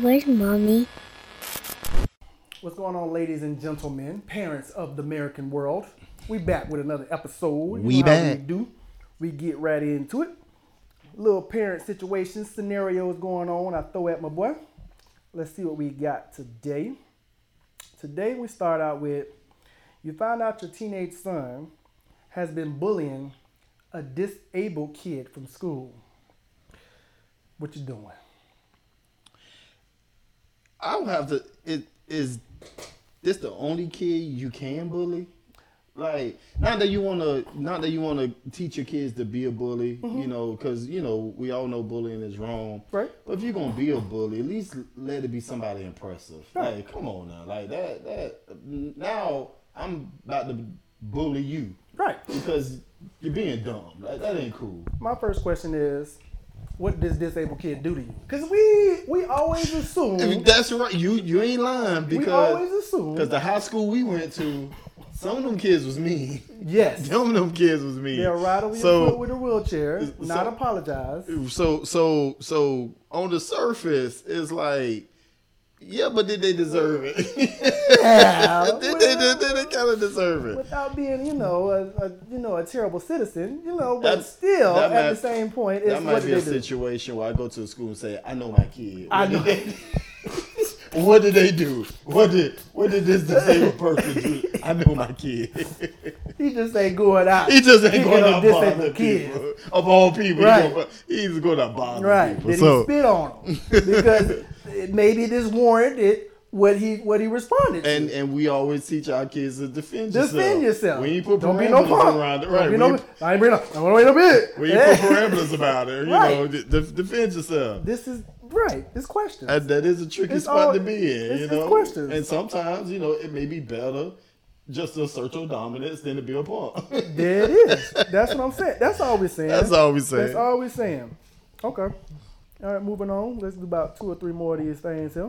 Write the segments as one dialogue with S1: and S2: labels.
S1: Where's mommy?
S2: What's going on, ladies and gentlemen, parents of the American world? We back with another episode.
S3: We
S2: know how
S3: back.
S2: We do. We get right into it. Little parent situations, scenarios going on. I throw at my boy. Let's see what we got today. Today we start out with you found out your teenage son has been bullying a disabled kid from school. What you doing?
S3: I would have to. It, is this the only kid you can bully? Like, not that you want to, not that you want to teach your kids to be a bully, you know, because you know we all know bullying is wrong.
S2: Mm-hmm. Right.
S3: But if you're gonna be a bully, at least let it be somebody impressive. Like, come on now, like that. That now I'm about to bully you
S2: Right.
S3: because you're being dumb. Like that ain't cool.
S2: my first question is, what does disabled kid do to you? Because we we always assume
S3: That's right. You you ain't lying because
S2: always assume-
S3: because the high school we went to, some of them kids was mean.
S2: yes,
S3: Some of them kids was mean.
S2: they'll ride over your foot
S3: so
S2: with a wheelchair,
S3: so-
S2: not apologize.
S3: so so so on the surface, it's like. Yeah, but did they deserve it?
S2: Yeah,
S3: did, they, did, did they kind of deserve it?
S2: without being you know a, a you know a terrible citizen, you know. But
S3: That's-
S2: still, at
S3: that
S2: the
S3: might-
S2: same point, it's
S3: That
S2: what
S3: might
S2: did
S3: be a
S2: they do?
S3: situation where I go to a school and say, "I know my kid."
S2: I
S3: What
S2: know.
S3: did they- what did they do? What did what did this disabled person do? I know my kid.
S2: He just ain't going out.
S3: He just ain't
S2: Picking
S3: going
S2: on
S3: out bothering
S2: disabled kids.
S3: people. Of all people,
S2: Right.
S3: right. he's going to bother
S2: Right?
S3: people.
S2: Did he
S3: so
S2: spit on him? Because it- maybe this warranted what he what he responded to.
S3: and and we always teach our kids to defend yourself.
S2: Defend yourself.
S3: We ain't put
S2: don't be
S3: parameters
S2: no punk.
S3: around it.
S2: Don't
S3: Right.
S2: be
S3: We,
S2: no,
S3: ain't-
S2: I ain't bring up. I want to wait a bit.
S3: we ain't put parameters about it. You
S2: Right.
S3: know, de- de- defend yourself.
S2: This is right. This question.
S3: That- that is a tricky
S2: It's
S3: spot
S2: all-
S3: to be in.
S2: it's
S3: you
S2: just
S3: know,
S2: questions.
S3: and sometimes you know it may be better just to assert your dominance than to be a punk.
S2: there it is. That's what I'm saying. That's all we're saying.
S3: That's all we saying.
S2: That's all we're saying. Okay. All right. Moving on. Let's do about two or three more of these things here.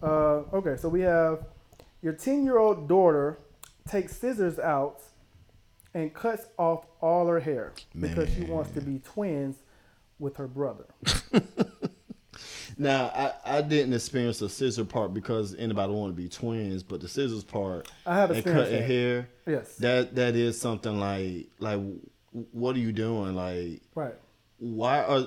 S2: Uh, okay. So we have your ten-year-old daughter takes scissors out and cuts off all her hair because she wants to be twins with her brother.
S3: Now, I, I didn't experience the scissor part because anybody want to be twins, but the scissors part
S2: I have
S3: and
S2: experienced
S3: cutting
S2: that.
S3: hair.
S2: Yes.
S3: That that is something like like what are you doing? Like
S2: Right.
S3: why are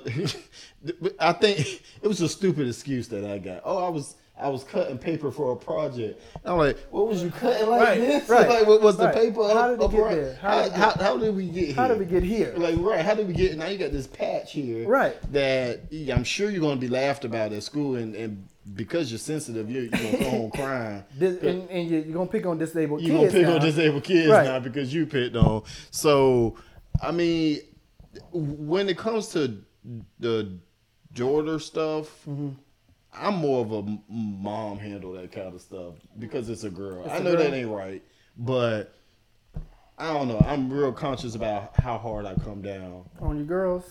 S3: I think it was a stupid excuse that I got. Oh, I was I was cutting paper for a project. I'm like, what was you cutting like
S2: Right,
S3: this?
S2: right,
S3: like, what was
S2: right.
S3: the paper?
S2: How
S3: up-
S2: did it get
S3: upright?
S2: there? How
S3: How,
S2: did it
S3: how, how did we get here?
S2: How did we get here?
S3: Like right, how did we get? Now you got this patch here,
S2: Right.
S3: That I'm sure you're gonna be laughed about at school, and, and because you're sensitive, you're, you're gonna go home crying.
S2: This, and, and you- you're gonna pick on disabled
S3: You're gonna
S2: kids.
S3: pick
S2: now.
S3: on disabled kids
S2: Right.
S3: now because you picked on. So, I mean, when it comes to the daughter stuff,
S2: Mm-hmm.
S3: I'm more of a m- mom handle that kind of stuff because it's a girl. I
S2: a
S3: know that
S2: girl.
S3: ain't right, but I don't know. I'm real conscious about how hard I come down
S2: on your girls.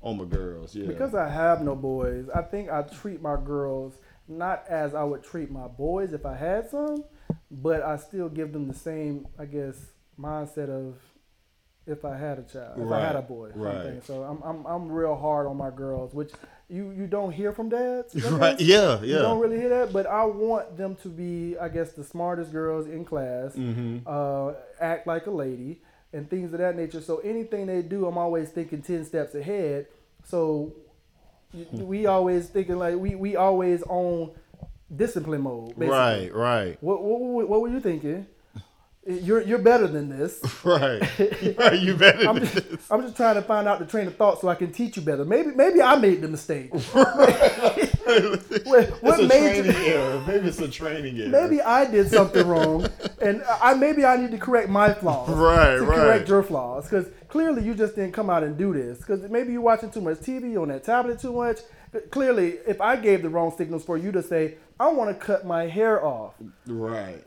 S3: on my girls. Yeah,
S2: Because I have no boys, I think I treat my girls not as I would treat my boys if I had some, but I still give them the same, I guess, mindset of if I had a child, if I had a
S3: Right,
S2: boy. kind of
S3: right.
S2: thing. So I'm, I'm, I'm real hard on my girls, which you, you don't hear from dads. I
S3: right.
S2: guess.
S3: Yeah,
S2: You don't
S3: yeah.
S2: really hear that, but I want them to be, I guess, the smartest girls in class,
S3: Mm-hmm.
S2: uh, act like a lady, and things of that nature. So anything they do, I'm always thinking 10 steps ahead. So y- we always thinking like, we, we always on discipline mode. Basically.
S3: Right, right,
S2: What, what, what, what were you thinking? You're, you're better than this.
S3: right. right. You better.
S2: I'm
S3: than
S2: just,
S3: this.
S2: I'm just trying to find out the train of thought so I can teach you better. Maybe maybe I made the mistake. what what
S3: it's a
S2: made you,
S3: training error. Maybe it's a training error.
S2: maybe I did something wrong, and I maybe I need to correct my flaws.
S3: Right,
S2: to
S3: right.
S2: Correct your flaws, because clearly you just didn't come out and do this. Because maybe you're watching too much TV on that tablet too much. But Clearly, if I gave the wrong signals for you to say, "I want to cut my hair off," uh,
S3: Right.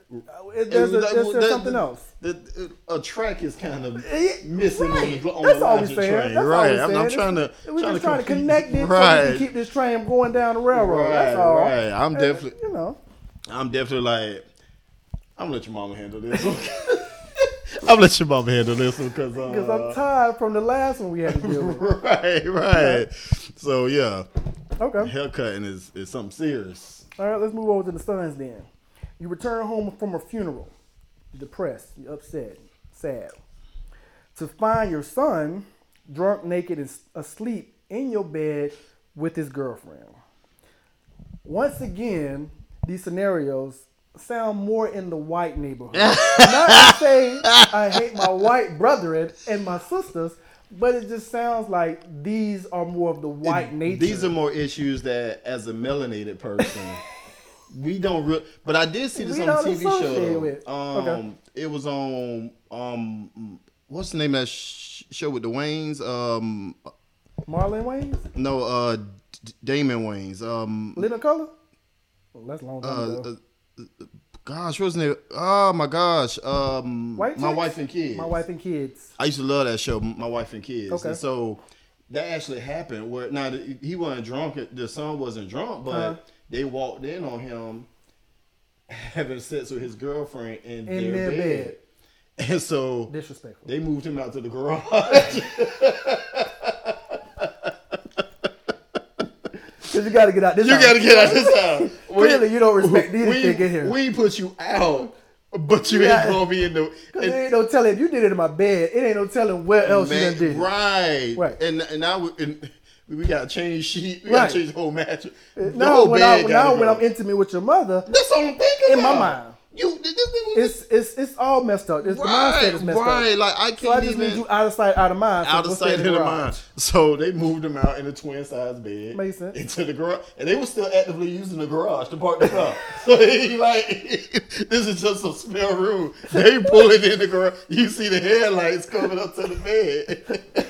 S2: there's, a,
S3: That-
S2: there's, there's
S3: that-
S2: something else.
S3: that- a track is kind of
S2: Eh,
S3: missing on the,
S2: Right.
S3: gl- on
S2: That's
S3: the
S2: all we're
S3: logic
S2: saying.
S3: train.
S2: That's all
S3: right.
S2: we're
S3: I'm, I'm
S2: saying.
S3: trying to.
S2: We're
S3: trying
S2: just trying to
S3: compete.
S2: connect this so we
S3: Right.
S2: can keep this train going down the railroad. That's
S3: Right,
S2: all.
S3: right. I'm
S2: And,
S3: definitely-
S2: you know.
S3: I'm definitely like, I'm gonna let your mama handle this. one." I'm gonna let your mama handle this one uh, because
S2: Because I'm tired from the last one we had to deal with.
S3: right, right. So yeah,
S2: Okay.
S3: haircutting is is something serious.
S2: All right, let's move on to the sons then. You return home from a funeral. You're depressed, you're upset, sad. To find your son drunk, naked, and s- asleep in your bed with his girlfriend. Once again, these scenarios sound more in the white neighborhood. Not to say I hate my white brethren and my sisters, but it just sounds like these are more of the white nature.
S3: These are more issues that, as a melanated person, we don't really. But I did see this
S2: We
S3: on a
S2: don't
S3: TV show.
S2: associate
S3: though.
S2: with-
S3: Um,
S2: okay.
S3: it was on um, what's the name of that sh- show with the Waynes? Um,
S2: Marlon Wayne's?
S3: no, uh, D- Damon Waynes. Um,
S2: Little color? Well, that's a long time
S3: uh,
S2: ago.
S3: uh, uh, gosh, what's the name? Oh my gosh, um,
S2: White
S3: my
S2: Chicks?
S3: wife and kids.
S2: My wife and kids.
S3: I used to love that show, My Wife and Kids.
S2: Okay.
S3: And so that actually happened where now the- he wasn't drunk, the son wasn't drunk, but
S2: Uh-huh.
S3: they walked in on him having sex with his girlfriend in,
S2: In their
S3: their, bed.
S2: bed.
S3: And so
S2: Disrespectful.
S3: they moved him out to the garage.
S2: Because you got to get out this
S3: you
S2: house.
S3: gotta get out of this house. We-
S2: Clearly, you don't respect these
S3: we,
S2: niggas in here.
S3: We put you out, but you
S2: Yeah.
S3: ain't gonna be in the
S2: Cause
S3: in-
S2: there ain't no telling. If you did it in my bed, it ain't no telling where else you
S3: Man,
S2: done did it.
S3: Right.
S2: Right.
S3: And and I would and we gotta change sheet. We
S2: Right.
S3: gotta change the whole mattress. The
S2: Now,
S3: whole
S2: when, I,
S3: bed
S2: when-
S3: gotta
S2: now when
S3: go.
S2: I'm intimate with your mother,
S3: That's what I'm thinking.
S2: In my
S3: about.
S2: mind.
S3: You this nigga was
S2: it's it's it's all messed up. It's, the mindset
S3: right,
S2: is messed
S3: right.
S2: up.
S3: Like I
S2: So I
S3: can't
S2: just need
S3: even
S2: you out of sight, out of mind. So
S3: out of
S2: we'll stay
S3: sight,
S2: in the
S3: out of
S2: garage.
S3: mind. So they moved him out in a twin size bed.
S2: Makes sense.
S3: Into the garage, and they were still actively using the garage to park the car. so he like, this is just a spare room. They pull it in the garage. You see the headlights coming up to the bed.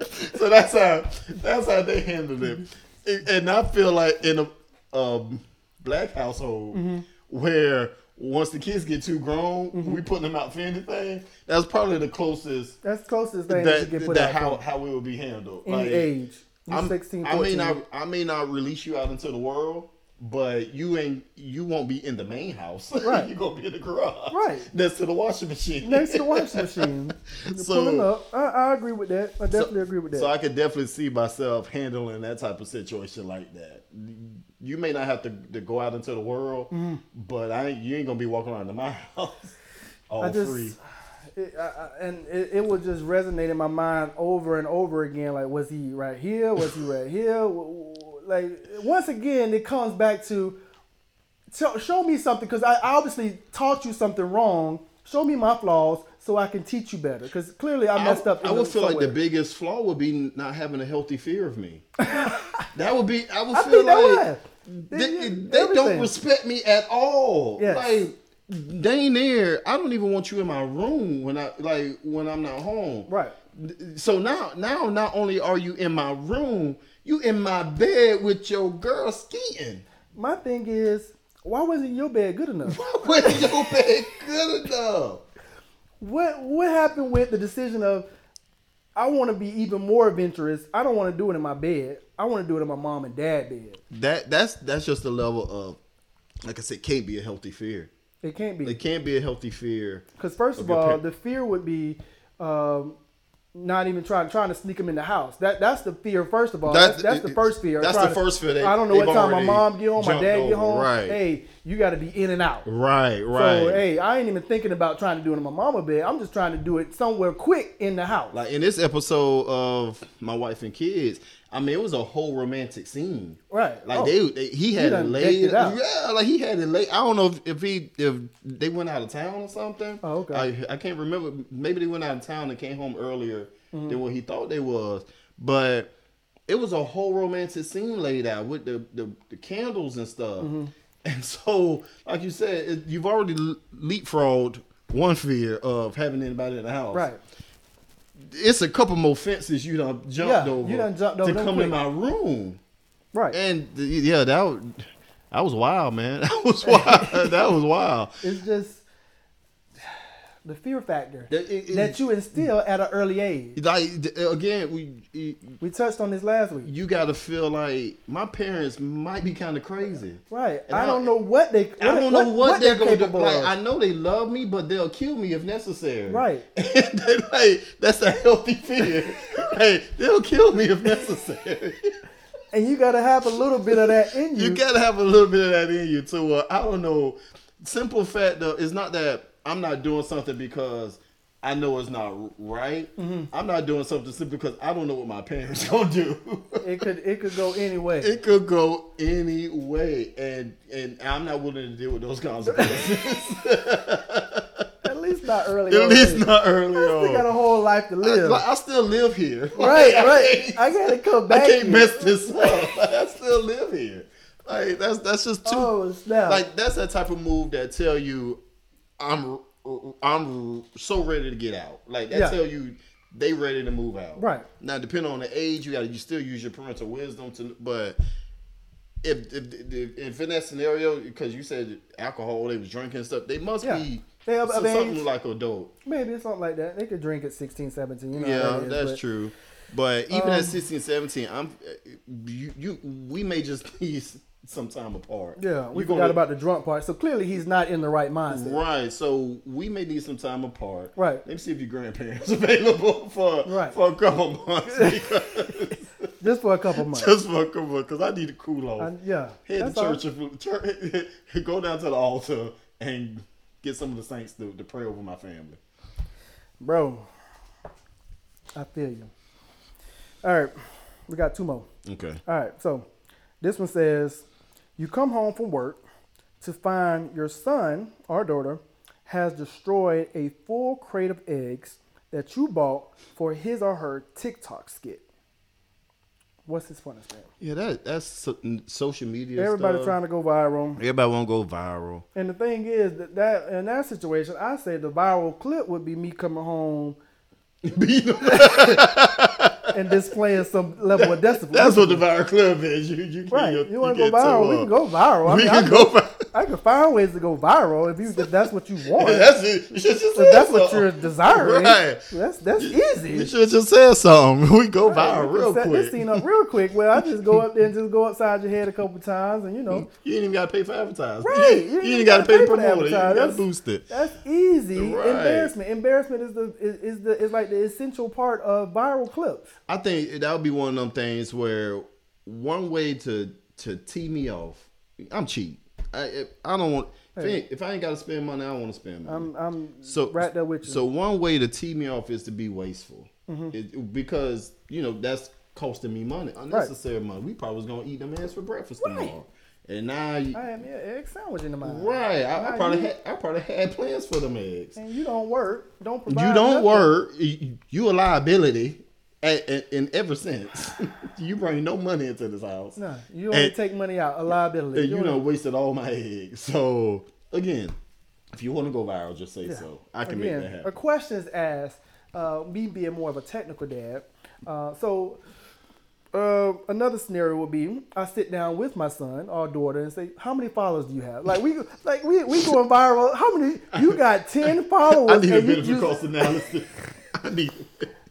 S3: so that's how that's how they handled it. And- And I feel like in a um, black household
S2: Mm-hmm.
S3: where once the kids get too grown, we putting them out for anything. That's probably the closest
S2: That's the closest thing that,
S3: that,
S2: you
S3: that,
S2: can put out.
S3: how how it would be handled.
S2: any age. You
S3: I'm-
S2: 16,
S3: I
S2: 14.
S3: may not I may not release you out into the world, but you ain't you won't be in the main house.
S2: Right.
S3: You're gonna be in the garage.
S2: Right.
S3: Next to the washing machine.
S2: Next to the washing machine, You're
S3: So-
S2: pulling up. I, I agree with that. I definitely agree with that.
S3: So I could definitely see myself handling that type of situation like that. You may not have to, to go out into the world,
S2: Mm-hmm.
S3: but I ain't- you ain't gonna be walking around to my house all
S2: I just,
S3: free.
S2: It, I, I, and it, it would just resonate in my mind over and over again. Like, was he right here? Was he right here? W- w- Like, once again, it comes back to show, show me something because I obviously taught you something wrong. Show me my flaws so I can teach you better. Because clearly, I messed up.
S3: I
S2: in
S3: would feel like the
S2: somewhere.
S3: biggest flaw would be not having a healthy fear of me. that would be. I would
S2: I
S3: feel
S2: think that
S3: like
S2: was.
S3: they,
S2: Everything.
S3: they don't respect me at all.
S2: Yes.
S3: Like they ain't there. I don't even want you in my room when I like when I'm not home.
S2: Right.
S3: So now now not only are you in my room, you in my bed with your girl skeeting.
S2: My thing is, why wasn't your bed good enough?
S3: With your bed good enough.
S2: What what happened with the decision of I want to be even more adventurous. I don't want to do it in my bed. I want to do it in my mom and dad bed.
S3: That that's that's just the level of like I said, can't be a healthy fear.
S2: It can't
S3: It
S2: be
S3: can't be a healthy fear.
S2: because first of
S3: Okay,
S2: all,
S3: parent.
S2: the fear would be um, not even trying trying to sneak them in the house. That that's the fear. First of all,
S3: That-
S2: that's, that's the first fear.
S3: that's
S2: Trying to-
S3: the first fear. They-
S2: I don't know
S3: they've
S2: what time my
S3: already
S2: mom get home, my
S3: jumped
S2: dad
S3: over.
S2: get home.
S3: Right.
S2: Hey, you got to be in and out.
S3: Right,
S2: So hey, I ain't even thinking about trying to do it in my mama bed. I'm just trying to do it somewhere quick in the house.
S3: Like in this episode of My Wife and Kids, I mean it was a whole romantic scene.
S2: Right.
S3: Like
S2: Oh.
S3: they, they he had it
S2: done decked
S3: laid
S2: it out.
S3: Yeah, like he had it laid. I don't know if, if he if they went out of town or something.
S2: Oh, okay.
S3: I, I can't remember. Maybe they went out of town and came home earlier
S2: Mm-hmm.
S3: than what he thought they was. But it was a whole romantic scene laid out with the the, the candles and stuff.
S2: Mm-hmm.
S3: And so, like you said, it, you've already l- leapfrogged one fear of having anybody in the house
S2: right.
S3: it's a couple more fences you done jumped
S2: Yeah,
S3: over.
S2: you done jumped over
S3: to
S2: them
S3: come
S2: quick.
S3: in my room.
S2: Right.
S3: And th- yeah, that was, that was wild, man. That was wild. that was wild.
S2: It's just the fear factor
S3: That- Mm. it- it-
S2: that you instill at an early age.
S3: Like th- again, we
S2: We touched on this last week.
S3: you got to feel like my parents might be kind of crazy.
S2: Right.
S3: And
S2: I don't know what they. What,
S3: I don't know what,
S2: they're
S3: they're gonna do.
S2: capable
S3: Like,
S2: of.
S3: I know they love me, but they'll kill me if necessary.
S2: Right.
S3: And they like that's a healthy fear. hey, they'll kill me if necessary.
S2: and you gotta have a little bit of that in you.
S3: You gotta have a little bit of that in you too. Uh, I don't know. Simple fact though, it's not that I'm not doing something because I know it's not right.
S2: Mm-hmm.
S3: I'm not doing something simply because I don't know what my parents gonna do.
S2: it could it could go anyway.
S3: it could go any way, and and I'm not willing to deal with those consequences.
S2: At least not early.
S3: At
S2: on.
S3: least not early
S2: You got a
S3: on.
S2: whole life to live.
S3: Like, I still live here.
S2: right,
S3: Like, I
S2: right.
S3: can't-
S2: I gotta come back.
S3: I can't
S2: here.
S3: mess this up. Like, I still live here. Like that's that's just too
S2: Oh snap!
S3: like that's that type of move that tell you I'm I'm so ready to get out. Like that
S2: Yeah.
S3: tell you they ready to move out.
S2: Right.
S3: Now depending on the age, you gotta you still use your parental wisdom to but if if, if, if in that scenario, because you said alcohol, they was drinking and stuff, they must
S2: Yeah.
S3: be
S2: They of-
S3: so-
S2: of
S3: something
S2: age.
S3: like adult.
S2: Maybe it's something like that. They could drink at 16, 17. You know
S3: Yeah,
S2: how that is,
S3: that's
S2: Uh, but-
S3: true. But even
S2: Um,
S3: at 16, 17, I'm you, you we may just need some time apart.
S2: Yeah, we
S3: You
S2: forgot
S3: gonna-
S2: about the drunk part. So clearly he's not in the right mindset.
S3: Right. So we may need some time apart.
S2: Right.
S3: Let me see if your grandparents available for
S2: Right.
S3: for a couple months. because-
S2: Just for a couple months.
S3: just for a couple months, because I need to cool off.
S2: I- yeah.
S3: Head
S2: that's
S3: to
S2: all.
S3: church, if- church- go down to the altar and get some of the saints to, to pray over my family.
S2: Bro, I feel you. All right, we got two more.
S3: Okay.
S2: All right, so this one says, You come home from work to find your son or daughter has destroyed a full crate of eggs that you bought for his or her TikTok skit. What's his punishment?
S3: Yeah, that that's so, social media.
S2: Everybody trying to go viral.
S3: Everybody won't go viral.
S2: And the thing is that, that in that situation, I say the viral clip would be me coming home and displaying some level of discipline.
S3: that's what the viral club is. You you
S2: right.
S3: You,
S2: You want
S3: get
S2: to go viral?
S3: to,
S2: we
S3: uh,
S2: can go viral. I,
S3: We
S2: mean, I
S3: can
S2: can
S3: go viral.
S2: I can find ways to go viral if you if that's what you want.
S3: Yeah, that's it. You should just
S2: if
S3: say
S2: that's what
S3: something.
S2: you're desiring.
S3: Right.
S2: That's that's
S3: You
S2: easy.
S3: should have just said something. We go
S2: Right,
S3: viral
S2: we can
S3: real
S2: set This
S3: quick.
S2: scene up real quick. Well, I just go up there and just go upside your head a couple times, and you know
S3: You ain't even got to pay for advertising.
S2: Right.
S3: You, ain't even got to pay
S2: gotta
S3: for promoter. You
S2: advertising.
S3: got to
S2: That's-
S3: boost it.
S2: that's easy.
S3: Right.
S2: Embarrassment. Embarrassment is the is, is the is like the essential part of viral clips.
S3: I think that would be one of them things where one way to to tee me off. I'm cheap. I if- I don't want if, I ain't- if I ain't got to spend money. I don't want to spend money.
S2: I'm I'm
S3: so
S2: right there with you.
S3: So one way to tee me off is to be wasteful,
S2: Mm-hmm.
S3: It- because you know that's costing me money, unnecessary money. We probably was gonna eat them ass for breakfast tomorrow, and now you,
S2: I had me an egg sandwich in the mind.
S3: Right. I,
S2: Nah,
S3: I probably
S2: you-
S3: had I probably had plans for them eggs.
S2: And you don't work. Don't provide.
S3: You don't
S2: nothing.
S3: work. You, you a liability a- a- in ever since. you bring no money into this house.
S2: No, you only
S3: And-
S2: take money out. A liability.
S3: And you
S2: only-
S3: know wasted all my eggs. So again, if you want to go viral, just say so. I can
S2: Again,
S3: make that
S2: A
S3: happen.
S2: question is asked. Uh, me being more of a technical dad. Uh, so uh, another scenario would be I sit down with my son or daughter and say, "How many followers do you have? Like we like we we going viral. How many? You got ten followers.
S3: I need a
S2: and you
S3: bit of a
S2: just-
S3: cost analysis. I need.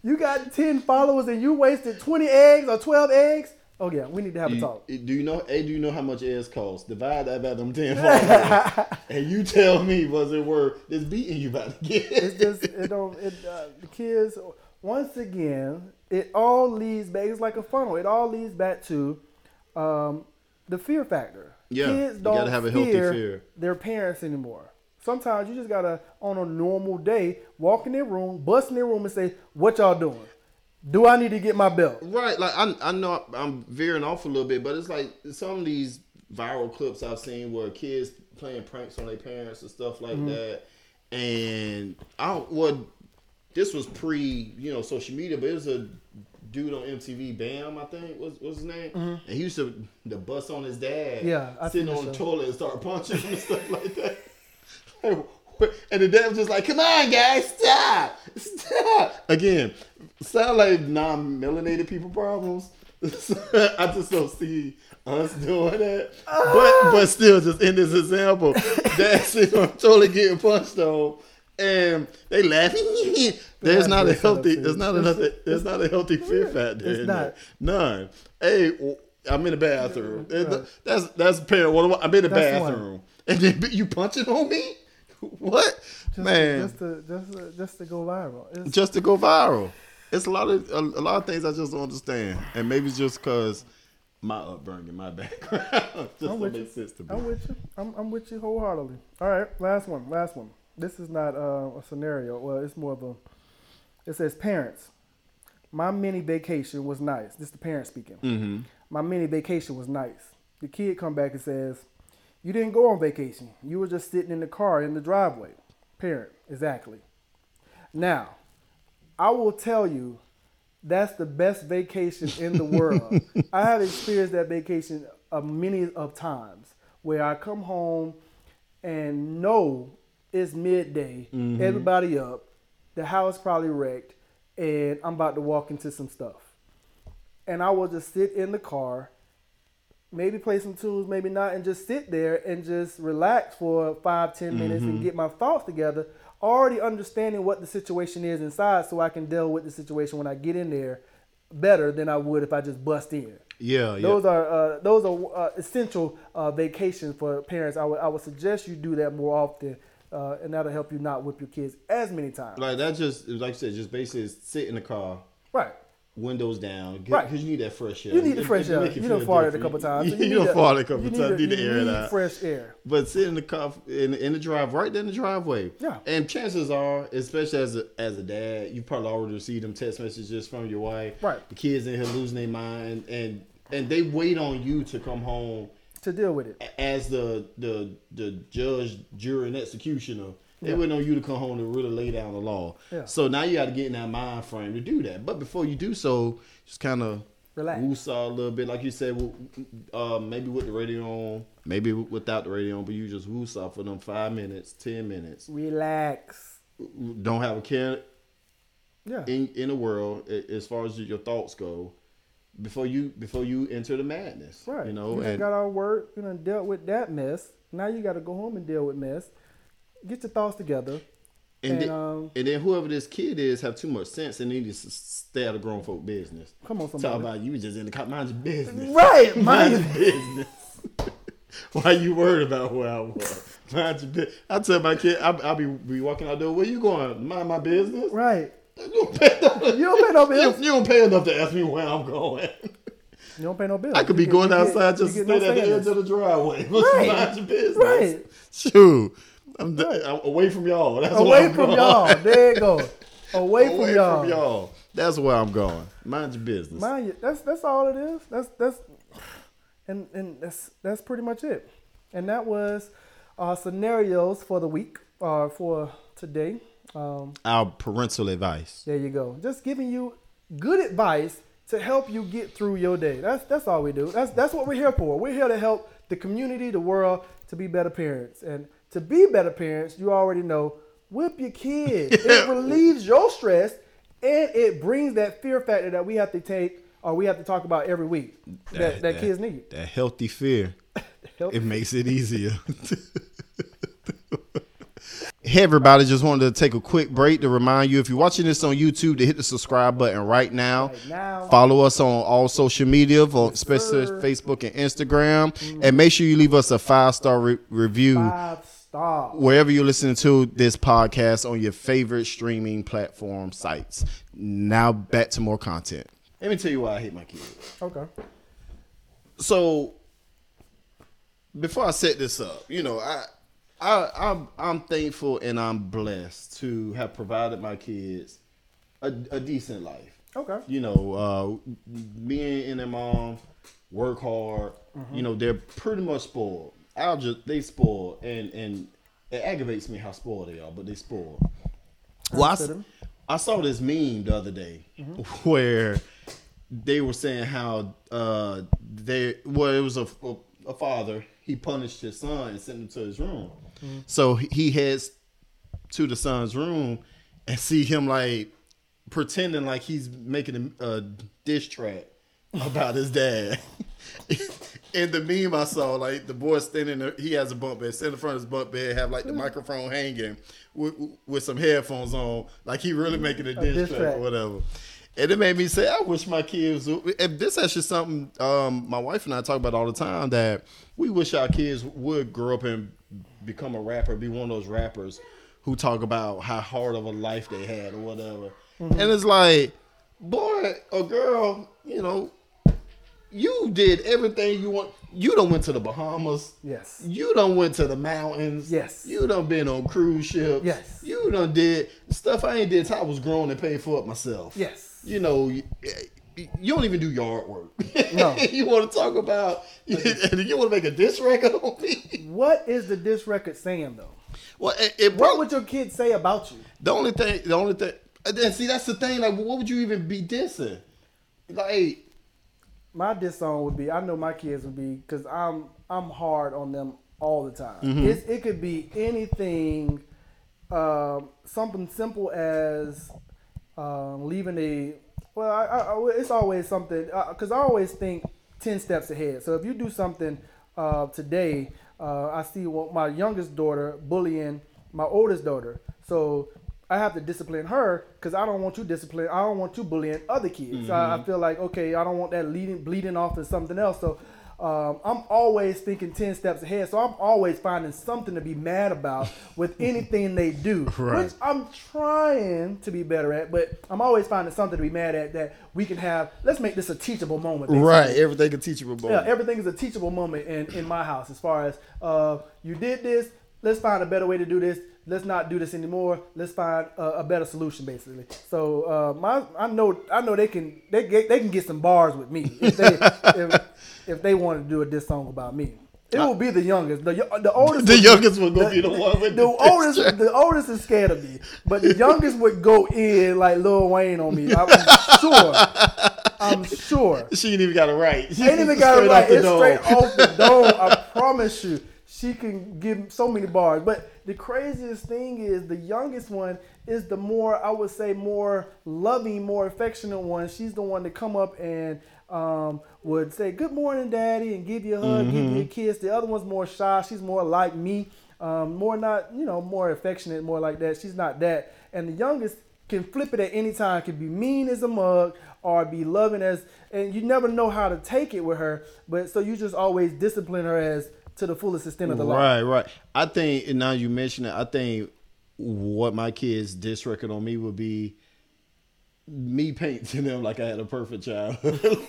S2: You got 10 followers and you wasted 20 eggs or 12 eggs? Oh, yeah, we need to have a
S3: You,
S2: talk.
S3: do you know? A, do you know how much eggs cost? Divide that by them ten followers, and you tell me was it worth this beating you about to get?
S2: It's just, it don't, it, uh, the kids, once again, it all leads back, it's like a funnel. It all leads back to um, the fear factor.
S3: Yeah,
S2: Kids
S3: you
S2: don't
S3: gotta have a healthy
S2: fear
S3: fear.
S2: their parents anymore. Sometimes you just gotta, on a normal day, walk in their room, bust in their room, and say, What y'all doing? Do I need to get my belt?
S3: Right, like I, I know I'm veering off a little bit, but it's like some of these viral clips I've seen where kids playing pranks on their parents and stuff like
S2: Mm-hmm.
S3: that. And I don't- well, this was pre you know social media, but it was a dude on MTV, Bam, I think was was his name, and he used to the bus on his dad,
S2: Mm-hmm. Yeah, I
S3: sitting
S2: think
S3: on the
S2: so.
S3: toilet and start punching him and stuff like that. Like, what- And the dad was just like, "Come on, guys, stop, stop!" Again, sound like non-melanated people problems. I just don't see us doing that.
S2: Ah.
S3: But but still, just in this example, that's it. I'm totally getting punched on, and they laughing. there's not a healthy. There's not another. There's not a healthy fear factor.
S2: It's
S3: in
S2: not.
S3: there. None. Hey, w- I'm in the bathroom. That's that's parent. one. I'm in the
S2: That's one.
S3: bathroom, and then you punching on me. What man?
S2: Just to, just to, just to go viral. It's-
S3: just to go viral. It's a lot of a, a lot of things I just don't understand, and maybe it's just because my upbringing, my background. Just
S2: I'm
S3: don't
S2: with you.
S3: make sense to me.
S2: I'm with you. I'm, I'm with you wholeheartedly. All right, last one. Last one. This is not uh, a scenario. Well, it's more of a. It says parents. My mini vacation was nice. This is the parent speaking.
S3: Mm-hmm.
S2: My mini vacation was nice. The kid come back and says, "You didn't go on vacation. You were just sitting in the car in the driveway." Parent, exactly. Now, I will tell you, that's the best vacation in the world. I have experienced that vacation of many of times where I come home and know it's midday, everybody up, the house probably wrecked, and I'm about to walk into some stuff. And I will just sit in the car, maybe play some tunes, maybe not, and just sit there and just relax for five, ten minutes
S3: Mm-hmm.
S2: and get my thoughts together, already understanding what the situation is inside so I can deal with the situation when I get in there better than I would if I just bust in.
S3: Yeah, yeah.
S2: Those are uh, those are uh, essential uh, vacations for parents. I would I would suggest you do that more often, uh, and that'll help you not whip your kids as many times.
S3: like that. Just like I said, just basically sit in the car,
S2: Right.
S3: windows down, because
S2: Right.
S3: you need that fresh air.
S2: You need the
S3: If-
S2: fresh
S3: if you
S2: air.
S3: make it
S2: You done
S3: feel
S2: farted a
S3: good,
S2: couple
S3: you-
S2: times. so
S3: You,
S2: need
S3: done farted a couple
S2: you need
S3: times. You need to
S2: you
S3: air it
S2: need
S3: out.
S2: Fresh air.
S3: But sit in the car in in the drive right there in the driveway.
S2: Yeah.
S3: And chances are, especially as a as a dad, you probably already received them text messages from your wife.
S2: Right.
S3: The kids in here losing their mind, and and they wait on you to come home
S2: to deal with it.
S3: a- as the the the judge, jury, and executioner. They wait on you to come home to really lay down the law.
S2: Yeah.
S3: So now you got to get in that mind frame to do that. But before you do so, just kind of
S2: Relax.
S3: Woosah a little bit, like you said, w- uh, maybe with the radio on, maybe w- without the radio on, but you just woosah for them five minutes, ten minutes.
S2: Relax.
S3: Don't have a care
S2: Yeah.
S3: in in the world a- as far as your thoughts go. Before you before you enter the madness,
S2: right.
S3: You know,
S2: you done
S3: and
S2: got our work. You done dealt with that mess. Now you got to go home and deal with mess. Get your thoughts together.
S3: and,
S2: And,
S3: then,
S2: um,
S3: and then whoever this kid is have too much sense and they need to s- stay out of grown folk business.
S2: Come on,
S3: Talk
S2: somebody.
S3: about you was just in the cop mind your business.
S2: Right, mind
S3: mind your business. Why you worried about where I was? Mind your business. I tell my kid, I I be, be walking out the door. Where you going? Mind my business.
S2: Right.
S3: You don't pay enough.
S2: You don't pay no
S3: You,
S2: bills.
S3: you don't pay enough to ask me where I'm going.
S2: You don't pay no bills.
S3: I could be
S2: You get-
S3: going
S2: you get-
S3: outside
S2: you
S3: just
S2: get
S3: stand
S2: no
S3: at the
S2: standards.
S3: edge of the driveway.
S2: Right.
S3: Mind your business.
S2: Right.
S3: Shoot. I'm, I'm away from y'all. That's where
S2: Away
S3: I'm
S2: from
S3: going.
S2: y'all. There you go. Away, from y'all.
S3: That's where I'm going. Mind your business.
S2: Mind you, that's that's all it is. That's that's and and that's that's pretty much it. And that was uh, scenarios for the week uh, for today. Um,
S3: Our parental advice.
S2: There you go. Just giving you good advice to help you get through your day. That's that's all we do. That's that's what we're here for. We're here to help the community, the world, to be better parents. And to be better parents, you already know, whip your kid. It relieves your stress and it brings that fear factor that we have to take or we have to talk about every week that, that, kids need.
S3: That healthy fear.
S2: Help.
S3: It makes it easier. Hey everybody, just wanted to take a quick break to remind you if you're watching this on YouTube to hit the subscribe button right now.
S2: Right now.
S3: Follow us on all social media, for- especially
S2: sir.
S3: Facebook and Instagram. And make sure you leave us a five star re- review.
S2: Five star.
S3: wherever you're listening to this podcast on your favorite streaming platform sites. Now back to more content. Let me tell you why I hate my kid.
S2: Okay.
S3: So before I set this up, you know, I I I'm, I'm thankful and I'm blessed to have provided my kids a, a decent life.
S2: Okay.
S3: You know, uh, being in their mom, work hard. You know, they're pretty much spoiled. I'll just they spoiled, and and it aggravates me how spoiled they are, but they spoiled. Well, I, s-
S2: Understood.
S3: I saw this meme the other day where they were saying how uh they well it was a, a, a father he punished his son and sent him to his room, so he heads to the son's room and see him like pretending like he's making a, a diss track about his dad. In the meme I saw, like the boy standing, there, he has a bunk bed, sitting in front of his bunk bed, have like the microphone hanging with, with some headphones on, like he really making a diss,
S2: diss
S3: track,
S2: track.
S3: or whatever. And it made me say, I wish my kids. would- And this actually something um, my wife and I talk about all the time that we wish our kids would grow up and become a rapper, be one of those rappers who talk about how hard of a life they had or whatever. And it's like, boy or girl, you know, you did everything you want. You done went to the Bahamas.
S2: Yes.
S3: You done went to the mountains.
S2: Yes.
S3: You done been on cruise ships.
S2: Yes.
S3: You done did stuff I ain't did till I was grown and paid for it myself.
S2: Yes.
S3: You know, you, you don't even do yard work.
S2: No.
S3: you want to talk about, and you want to make a diss record on me?
S2: What is the disc record saying though?
S3: Well, it, it
S2: What
S3: broke.
S2: would your kids say about you?
S3: The only thing, the only thing, and then see, that's the thing. Like, what would you even be dissing? Like,
S2: My diss song would be I know my kids would be because I'm I'm hard on them all the time. It's, it could be anything, um, something simple as um, leaving a well. I, I, I- it's always something because I always think ten steps ahead. So if you do something uh, today, uh, I see what my youngest daughter bullying my oldest daughter. So I have to discipline her because I don't want you discipline. I don't want you bullying other kids. I, I feel like okay, I don't want that leading bleeding off in something else. So um, I'm always thinking ten steps ahead. So I'm always finding something to be mad about with anything they do,
S3: Right.
S2: which I'm trying to be better at. But I'm always finding something to be mad at that we can have. Let's make this a teachable moment. basically.
S3: right? Everything a teacher would
S2: Yeah, everything is a teachable moment in, in my house as far as uh, you did this, let's find a better way to do this. Let's not do this anymore. Let's find a, a better solution, basically. So uh, my, I know, I know they can, they get, they can get some bars with me if they, if, if they wanted to do a diss song about me. It will be the youngest, the yo- the oldest.
S3: the
S2: would-
S3: youngest would go be the one with
S2: the
S3: the
S2: oldest, the oldest is scared of me, but the youngest would go in like Lil Wayne on me. I'm sure. I'm sure.
S3: She ain't even got it right. She
S2: Ain't even got it right. It's straight off the dome. I promise you, she can give so many bars. But the craziest thing is the youngest one is the more I would say more loving, more affectionate one. She's the one to come up and um, would say good morning, daddy, and give you a hug, give you a kiss. The other one's more shy. She's more like me, um, more not you know more affectionate, more like that. She's not that. And the youngest can flip it at any time, can be mean as a mug or be loving as, and you never know how to take it with her. But so you just always discipline her as to the fullest extent of the law.
S3: Right, right. I think and now you mention it. I think what my kids diss record on me would be me painting them like I had a perfect child.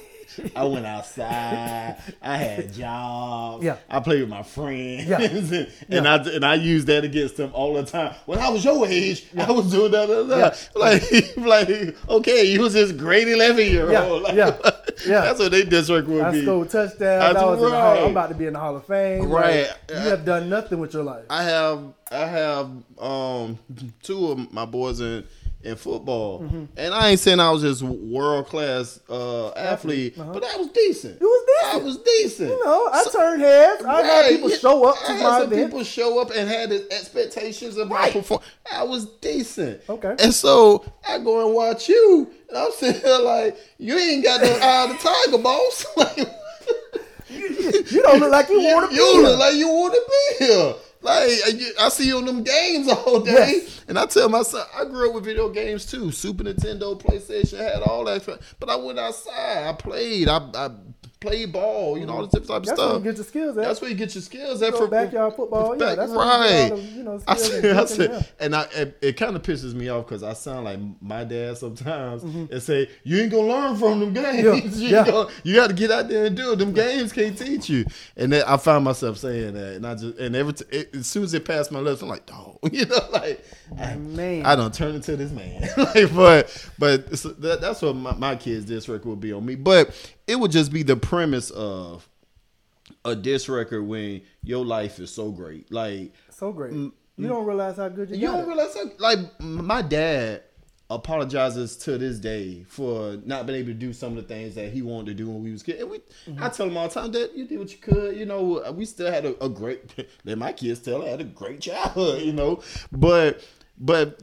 S3: I went outside. I had jobs.
S2: Yeah.
S3: I played with my friends.
S2: Yeah.
S3: and
S2: Yeah.
S3: I and I used that against them all the time. When I was your age, I was doing that. that, that. Like, like, okay, you was this great eleven year old.
S2: Yeah, yeah, yeah.
S3: That's what they diss record would
S2: I
S3: be.
S2: scored touchdowns.
S3: That's
S2: I was in the hall,
S3: right.
S2: I'm about to be in the Hall of Fame.
S3: Right.
S2: Like, you have done nothing with your life.
S3: I have I have um two of my boys in in football,
S2: Mm-hmm.
S3: and I ain't saying I was this world class uh, athlete, but I was decent. You
S2: uh-huh. was decent.
S3: I was decent.
S2: you know, I turned heads. I had
S3: Right.
S2: people show up
S3: I
S2: to
S3: had
S2: my
S3: some
S2: event.
S3: people show up and had the expectations of my performance. I was decent.
S2: Okay.
S3: And so I go and watch you, and I'm sitting here like, you ain't got no eye of the tiger, boss. like,
S2: you don't look like you, want to be.
S3: you
S2: here.
S3: look like you want to be here. Like I get- I see you on them games all day,
S2: Yes.
S3: and I tell myself I grew up with video games too. Super Nintendo, PlayStation had all that, but I went outside. I played. I, I played ball. You know all this different type of
S2: That's where
S3: stuff.
S2: you get your skills at.
S3: that's where you get your skills at
S2: Go
S3: for
S2: backyard football, yeah, that's where you get
S3: right.
S2: all the, you know,
S3: I
S2: skills and
S3: said, I
S2: cooking,
S3: said, and I it, it kind of pisses me off because I sound like my dad sometimes and say you ain't gonna learn from them
S2: Mm-hmm.
S3: games.
S2: Yeah,
S3: you
S2: yeah.
S3: ain't gonna- you got to get out there and do it. Them games can't teach you. And then I find myself saying that, and I just and every t- it, as soon as it passed my lips, I'm like, dog, you know, like I,
S2: Man.
S3: I don't turn into this man. like, but but so that, that's what my, my kids' diss record would be on me. But it would just be the premise of a diss record when your life is so great. Like
S2: so great. You don't realize how good you,
S3: mm, you
S2: got
S3: don't
S2: it.
S3: realize that, like my dad apologizes to this day for not being able to do some of the things that he wanted to do when we was kids. And we, I tell him all the time that you did what you could. You know, we still had a, a great. Let my kids tell I had a great childhood. You know, but but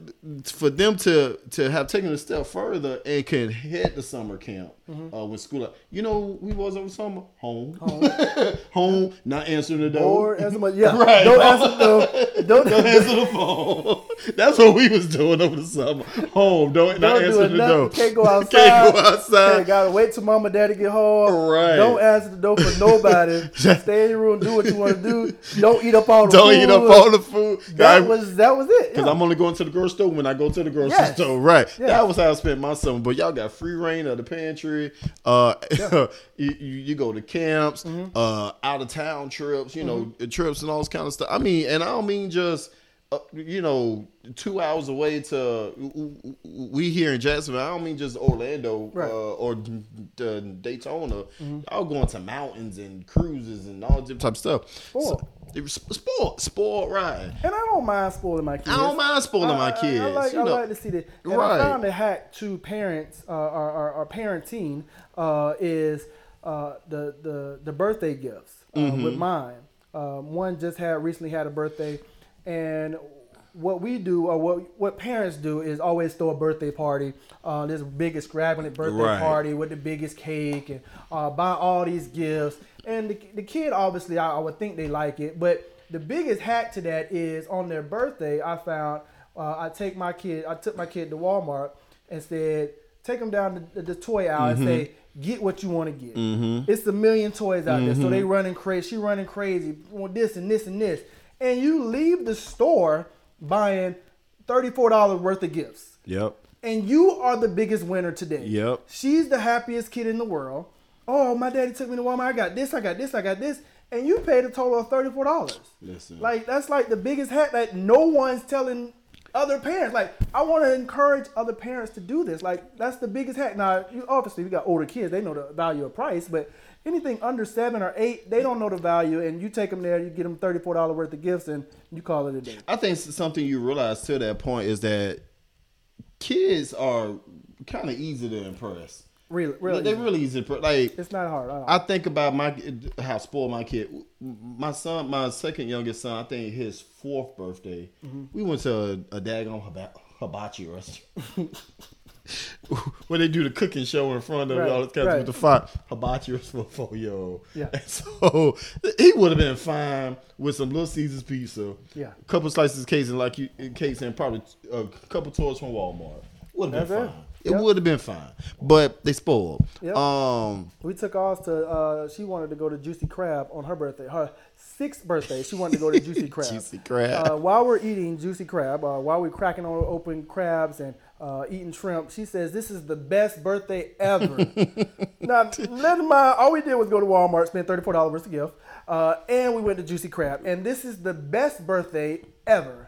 S3: for them to to have taken a step further and can head to summer camp uh, when school, you know, we was over summer home, home, not answering the door,
S2: Or as much, yeah.
S3: Right.
S2: Don't answer the. Don't,
S3: don't answer the phone. That's what we was doing over the summer. Home, don't,
S2: Don't
S3: not
S2: do
S3: answer
S2: it.
S3: the door.
S2: nothing. Can't go outside.
S3: Can't go
S2: You
S3: outside.
S2: gotta wait till mom and daddy get home.
S3: Right.
S2: Don't answer the door for nobody. Stay in your room. Do what you want to do. Don't eat up all the
S3: Don't eat up
S2: food.
S3: all the food.
S2: That
S3: I-
S2: was that was it.
S3: Because
S2: yeah.
S3: I'm only going to the grocery store when I go to the grocery
S2: Yes.
S3: store. Right.
S2: Yeah.
S3: That was how I spent my summer. But y'all got free reign of the pantry. Uh, you, you, you go to camps,
S2: Mm-hmm.
S3: uh, out of town trips, you know, trips and all this kind of stuff. I mean, and I don't mean just, uh, you know, two hours away to, we here in Jacksonville. I don't mean just Orlando
S2: Right. Mm-hmm.
S3: uh, or d- d- Daytona. Y'all going to mountains and cruises and all different type of stuff.
S2: Sport.
S3: So, it was sport, sport ride.
S2: and I don't mind spoiling my kids.
S3: I don't mind spoiling
S2: I-
S3: my
S2: I-
S3: kids.
S2: I, like,
S3: you
S2: I
S3: know.
S2: like to see that. And
S3: Right.
S2: I found a hack to parents uh, or, or, or parenting uh, is uh, the, the the birthday gifts uh, with
S3: Mm-hmm.
S2: mine. Um, one just had recently had a birthday, and what we do or what what parents do is always throw a birthday party. Uh, this big extravagant birthday
S3: Right.
S2: party with the biggest cake and uh, buy all these gifts. And the, the kid obviously I, I would think they like it, but the biggest hack to that is on their birthday. I found uh, I take my kid. I took my kid to Walmart and said, take them down the, the toy aisle and say, get what you want to get. It's a million toys out there, so they running crazy. She running crazy. Want this and this and this, and you leave the store buying thirty four dollars worth of gifts
S3: Yep.
S2: and you are the biggest winner today.
S3: Yep.
S2: She's the happiest kid in the world. Oh, my daddy took me to Walmart. I got this. I got this. I got this. And you paid a total of thirty four dollars.
S3: Listen.
S2: Like that's like the biggest hat that no one's telling other parents. Like I want to encourage other parents to do this. Like that's the biggest hat. Now, you, obviously, we got older kids. They know the value of price, but. Anything under seven or eight, they don't know the value, and you take them there, you get them thirty-four dollar worth of gifts, and you call it a day.
S3: I think s- something you realize to that point is that kids are kind of easy to impress.
S2: Really, really,
S3: They're really easy to impress. Like,
S2: it's not hard. At all.
S3: I think about my how spoiled my kid. My son, my second youngest son, I think his fourth birthday,
S2: Mm-hmm.
S3: we went to a, a daggone hiba- hibachi restaurant. Where they do the cooking show in front of
S2: Right,
S3: all this kind
S2: right.
S3: of with the fire. Hibachi was for four year old.
S2: Yeah.
S3: And so he would have been fine with some Little Caesars pizza.
S2: Yeah.
S3: A couple slices of cakes and like you cakes and probably a couple toys from Walmart. Would have been
S2: That's it.
S3: fine. It,
S2: Yep.
S3: would have been fine. But they spoiled.
S2: Yep.
S3: Um
S2: We took ours to. Uh, she wanted to go to Juicy Crab on her birthday, her sixth birthday. She wanted to go to Juicy Crab.
S3: Juicy Crab.
S2: Uh, while we're eating Juicy Crab, uh, while we're cracking on open crabs and uh, eating shrimp, she says this is the best birthday ever. now, let in mind, all we did was go to Walmart, spend thirty four dollars worth of gift, uh, and we went to Juicy Crab, and this is the best birthday ever.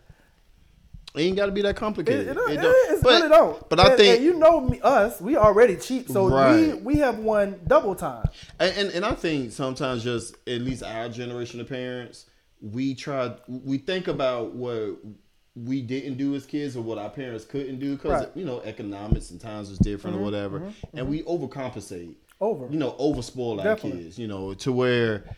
S3: It ain't got to be that
S2: It,
S3: complicated.
S2: it,
S3: It
S2: it,
S3: don't-
S2: it's really don't.
S3: But I
S2: And-
S3: think,
S2: and you know me, us, we already cheap, so we
S3: Right.
S2: we have won double time.
S3: and, and and I think sometimes just at least our generation of parents, we try, we think about what we didn't do as kids or what our parents couldn't do because
S2: Right. Mm-hmm.
S3: you know economics and times was different or whatever, and we overcompensate.
S2: Over.
S3: You know, over spoil our
S2: Definitely.
S3: kids. You know, to where. uh,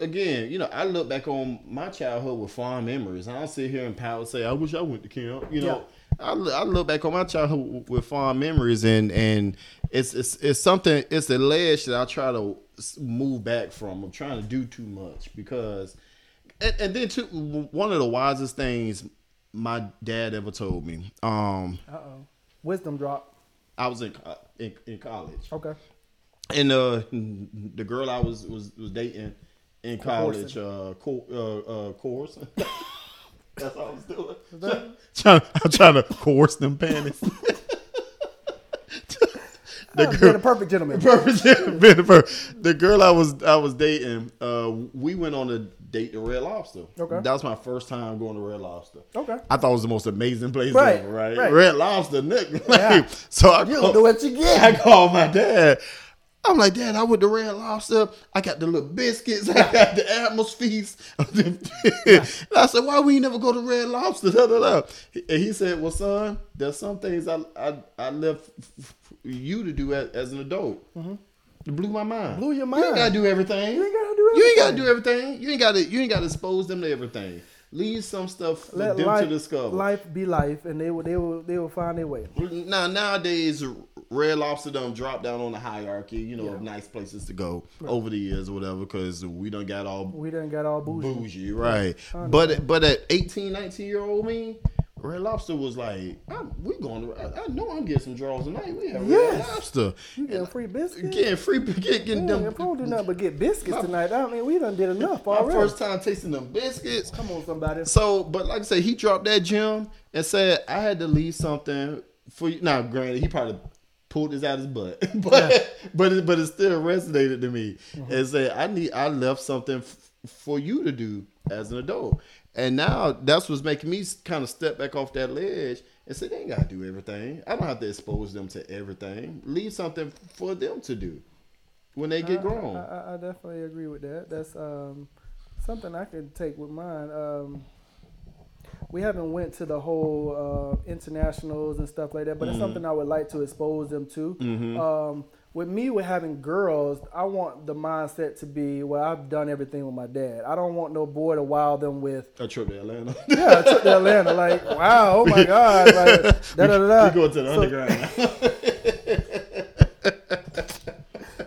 S3: Again, you know, I look back on my childhood with fond memories. I don't sit here and pout and say, "I wish I went to camp." You know,
S2: Yeah.
S3: I, lo- I look back on my childhood w- with fond memories, and and it's it's, it's something it's a ledge that I try to s- move back from. I'm trying to do too much because, and, and then too w- one of the wisest things my dad ever told me. Um,
S2: Uh oh. Wisdom drop.
S3: I was in co- in, in college,
S2: Okay.
S3: and uh, the girl I was was, was dating in college, uh, co- uh, uh, course. That's what I was doing. Trying- I'm trying to coerce them panties.
S2: The
S3: girl-
S2: a perfect gentleman.
S3: Perfect. yeah, been perfect. The girl I was I was dating, uh, we went on a date to Red Lobster.
S2: Okay.
S3: That was my first time going to Red Lobster.
S2: Okay.
S3: I thought it was the most amazing place
S2: Right,
S3: ever, right?
S2: right.
S3: Red Lobster, nigga. Like,
S2: Yeah.
S3: So I
S2: You
S3: called-
S2: know what you get.
S3: I called my dad. I'm like, Dad, I went to Red Lobster. I got the little biscuits. I got the Admiral's Feast. and I said, Why we never go to Red Lobster? Da, da, da. And he said, Well, son, there's some things I I, I left f- f- you to do as, as an adult. It blew my
S2: Mm-hmm.
S3: mind.
S2: Blew your
S3: You ain't
S2: mind.
S3: gotta do everything.
S2: You ain't gotta do
S3: You ain't gotta do everything. You ain't gotta you ain't gotta expose them to everything. Leave some stuff for
S2: Let
S3: them to
S2: life,
S3: discover.
S2: life be life, and they will they will they will find their way.
S3: Now nowadays, Red Lobster done dropped down on the hierarchy, you know, of nice places to go over the years or whatever, because we done got all
S2: We done got all bougie.
S3: bougie, right? But but at 18, 19 year old me, Red Lobster was like, I'm, we going to, I, I know I'm getting some draws tonight. We have
S2: Yes.
S3: Red Lobster.
S2: You getting free biscuits?
S3: Getting free, getting
S2: Yeah,
S3: them.
S2: if I don't do nothing but get biscuits
S3: My-
S2: tonight, I mean, we done did enough
S3: My
S2: already.
S3: first time tasting them biscuits.
S2: Come on, somebody.
S3: So, but like I said, he dropped that gem and said, I had to leave something for you. Now, granted, he probably pulled this out his butt, but but it, but it still resonated to me
S2: Mm-hmm.
S3: and said, I need I left something f- for you to do as an adult, and now that's what's making me kind of step back off that ledge and say, they ain't gotta do everything. I don't have to expose them to everything. Leave something for them to do when they get grown.
S2: I, I, I definitely agree with that. That's um, something I could take with mine. Um, we haven't went to the whole uh, internationals and stuff like that, but it's
S3: Mm-hmm.
S2: something I would like to expose them to. Um, with me, with having girls, I want the mindset to be, well, I've done everything with my dad. I don't want no boy to wow them with,
S3: A trip to Atlanta.
S2: yeah, I took to Atlanta. Like, wow, oh my God. Like, da, da, da, da.
S3: we going to the
S2: So,
S3: underground.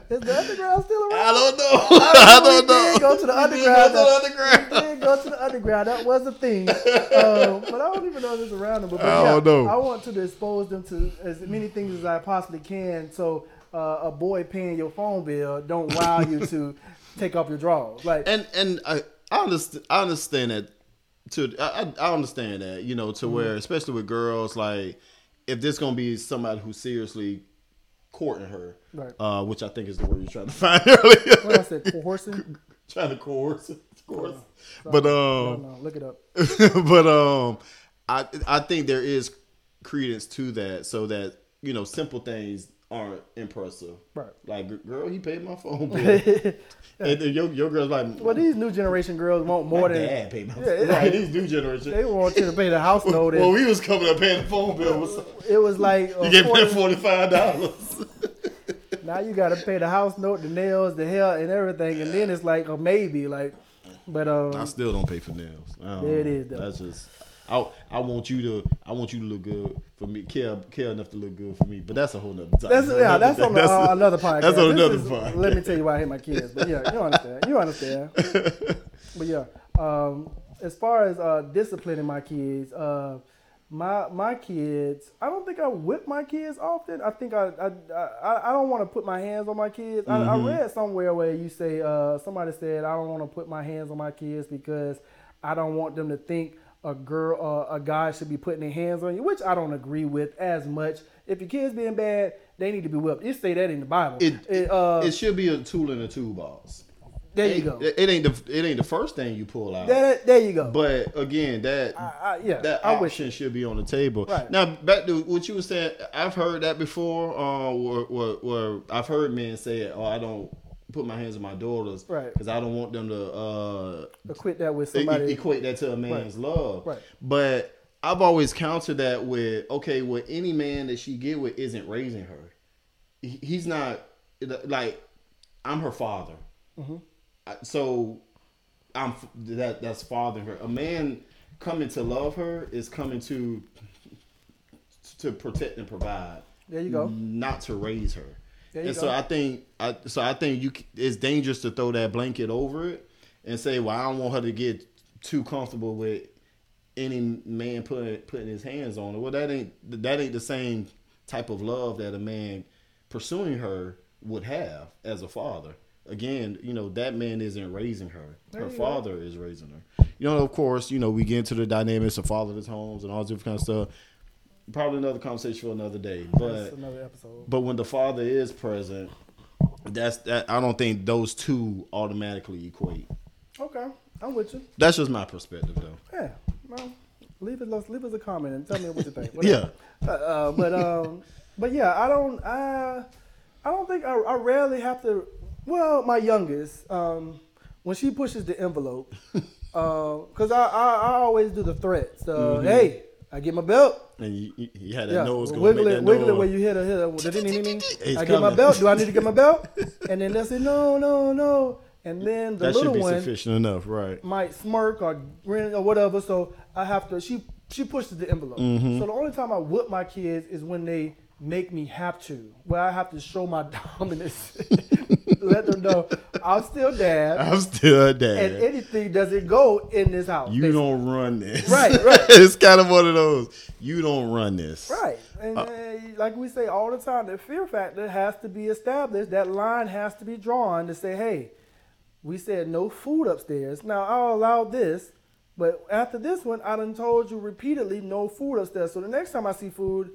S2: Is the underground still around?
S3: I don't know. I
S2: We
S3: don't know.
S2: did go to the
S3: We did
S2: underground.
S3: Go to the
S2: I
S3: underground.
S2: did go to the underground. That was a thing. Um, but I don't even know if it's around them. But, but
S3: I
S2: yeah,
S3: don't know.
S2: I want to expose them to as many things as I possibly can. So uh, a boy paying your phone bill don't wow you to take off your drawers. Like
S3: And and I I understand, I understand that to I, I I understand that you know to where especially with girls like if this gonna be somebody who's seriously courting her,
S2: Right.
S3: uh, which I think is the word you're trying to find earlier,
S2: what I said, coercing.
S3: trying to coerce, coerce. But um,
S2: No, no, look it up.
S3: but um, I I think there is credence to that, so that you know simple things aren't impressive.
S2: Right.
S3: Like, girl, he paid my phone bill, and then your your girl's like,
S2: Well, these new generation girls want more
S3: my
S2: than
S3: dad paid my phone.
S2: Yeah, it-
S3: right, these new generation.
S2: they want you to pay the house note.
S3: well, we was coming up paying the phone bill. Was,
S2: it was like uh,
S3: you get
S2: 40
S3: paid forty five dollars.
S2: Now you gotta pay the house note, the nails, the hair, and everything, and then it's like a maybe, like. But um,
S3: still don't pay for nails. Um,
S2: There it is, though.
S3: That's just. I, I want you to I want you to look good for me care care enough to look good for me but that's a whole nother topic.
S2: that's yeah, that's on
S3: That's-
S2: uh, another podcast.
S3: that's on
S2: This
S3: another
S2: is-
S3: podcast.
S2: Let me tell you why I hate my kids, but yeah, you understand, you understand. but yeah, um, as far as uh, disciplining my kids, uh, my my kids, I don't think I whip my kids often. I think I I, I, I don't want to put my hands on my kids. I,
S3: Mm-hmm.
S2: I read somewhere where you say uh, somebody said I don't want to put my hands on my kids because I don't want them to think a girl uh, a guy should be putting their hands on you, which I don't agree with as much. If your kids being bad, they need to be whipped. It say that in the Bible.
S3: It,
S2: It, uh,
S3: it should be a tool in a toolbox.
S2: there you
S3: It-
S2: go.
S3: It, ain't the it ain't the first thing you pull out.
S2: There, there you go.
S3: but again, that
S2: I, I, yeah,
S3: that
S2: I wish.
S3: option should be on the table.
S2: Right.
S3: Now back to what you were saying. I've heard that before. Uh, where, where, where I've heard men say, "Oh, I don't put my hands on my daughters,
S2: Right.
S3: Because I don't want them to uh,
S2: Equate that with
S3: e-
S2: somebody.
S3: equate that to a man's love."
S2: Right.
S3: But I've always countered that with, "Okay, well, any man that she get with isn't raising her. He- He's not like I'm her father.
S2: Mm-hmm.
S3: I- So I'm f- that that's fathering her. A man coming to love her is coming to to protect and provide.
S2: There you go.
S3: Not to raise her.
S2: There you
S3: and
S2: go.
S3: so I think I so I think you c- it's dangerous to throw that blanket over it and say, "Well, I don't want her to get too comfortable with any man putting putting his hands on her." Well, that ain't that ain't the same type of love that a man pursuing her would have as a father. Again, you know that man isn't raising her; her
S2: you go.
S3: father is raising her. You know, of course, you know we get into the dynamics of fatherless homes and all this different kind of stuff. Probably another conversation for another day,
S2: That's
S3: but
S2: another episode.
S3: but when the father is present, that's that. I don't think those two automatically equate.
S2: Okay, I'm with you.
S3: That's just my perspective, though.
S2: Yeah, well, leave us leave us a comment and tell me what you think.
S3: Yeah.
S2: Whatever. Uh, uh, but um, but yeah, I don't I, I don't think I, I rarely have to. Well, my youngest, um, when she pushes the envelope, because I, I I always do the threats. Uh, Hey, I get my belt.
S3: And you, you- you had that
S2: Yeah,
S3: nose going.
S2: wiggle
S3: make
S2: it,
S3: that
S2: wiggle it
S3: noise.
S2: where you hit a hit. A, ding, ding, ding, ding.
S3: It's
S2: I get my
S3: coming.
S2: belt. Do I need to get my belt? And then they'll say no, no, no. And then the
S3: That should
S2: little
S3: be
S2: one
S3: sufficient enough, right?
S2: might smirk or grin or whatever. So I have to. She she pushes the envelope.
S3: Mm-hmm.
S2: So the only time I whip my kids is when they make me have to, where I have to show my dominance. let them know I'm still dad,
S3: I'm still a dad.
S2: and anything doesn't go in this house.
S3: you don't run this.
S2: Right, right.
S3: it's kind of one of those. You don't run this.
S2: Right. And uh, like we say all the time, the fear factor has to be established. That line has to be drawn to say, hey, we said no food upstairs. Now, I'll allow this, but after this one, I done told you repeatedly no food upstairs. So the next time I see food,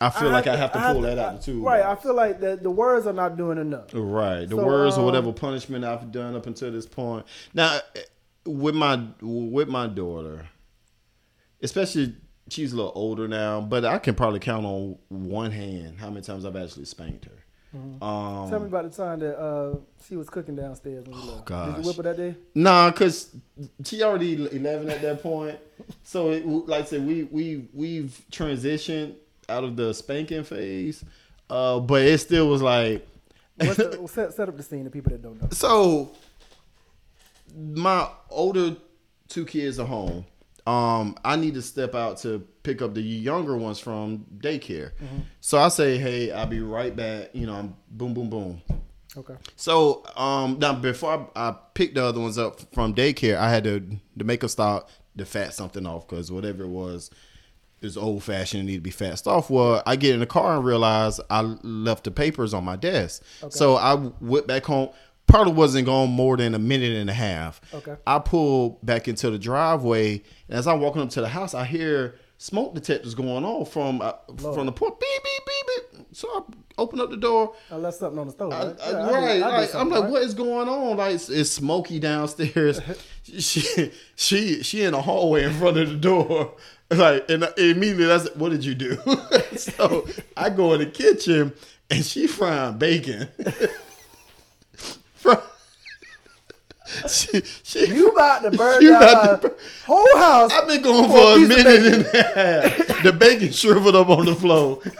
S3: I feel like I have to pull that out too.
S2: Right. I feel like that the words are not doing enough.
S3: Right. The
S2: So,
S3: words or
S2: um,
S3: whatever punishment I've done up until this point. Now, eh, with my with my daughter, especially she's a little older now, but I can probably count on one hand how many times I've actually spanked her. Um,
S2: Tell me about the time that uh, she was cooking downstairs. When you left. Did
S3: gosh.
S2: you whip her that day?
S3: Nah, cause she already eleven at that point. So, it, like I said, we we we've transitioned out of the spanking phase, uh, but it still was like.
S2: What's the, set, set up the scene to people that don't know.
S3: So my older two kids are home. Um, I need to step out to pick up the younger ones from daycare. So I say, hey, I'll be right back. You know, I'm boom, boom, boom.
S2: Okay.
S3: So um, now before I, I picked the other ones up from daycare, I had to to make a stop to fat something off because whatever it was, it was old fashioned. It needed to be fast off. Well, I get in the car and realize I left the papers on my desk. So I went back home. Probably wasn't gone more than a minute and a half.
S2: Okay.
S3: I pull back into the driveway, and as I'm walking up to the house, I hear smoke detectors going on from uh, from the port. Beep beep beep beep. So I open up the door.
S2: I left something on the stove.
S3: I,
S2: right?
S3: I,
S2: Yeah, I did- I
S3: right.
S2: did
S3: like, I'm
S2: something,
S3: like,
S2: right?
S3: what is going on? Like, it's, it's smoky downstairs. she, she, she in the hallway in front of the door. Like, and I- immediately that's what did you do? so I go in the kitchen and she frying bacon. Fry- she, she,
S2: You about to burn
S3: You
S2: down
S3: about
S2: my
S3: to bur-
S2: whole house.
S3: I've been going
S2: for a
S3: for a
S2: piece of
S3: minute and a half. The bacon shriveled up on the floor.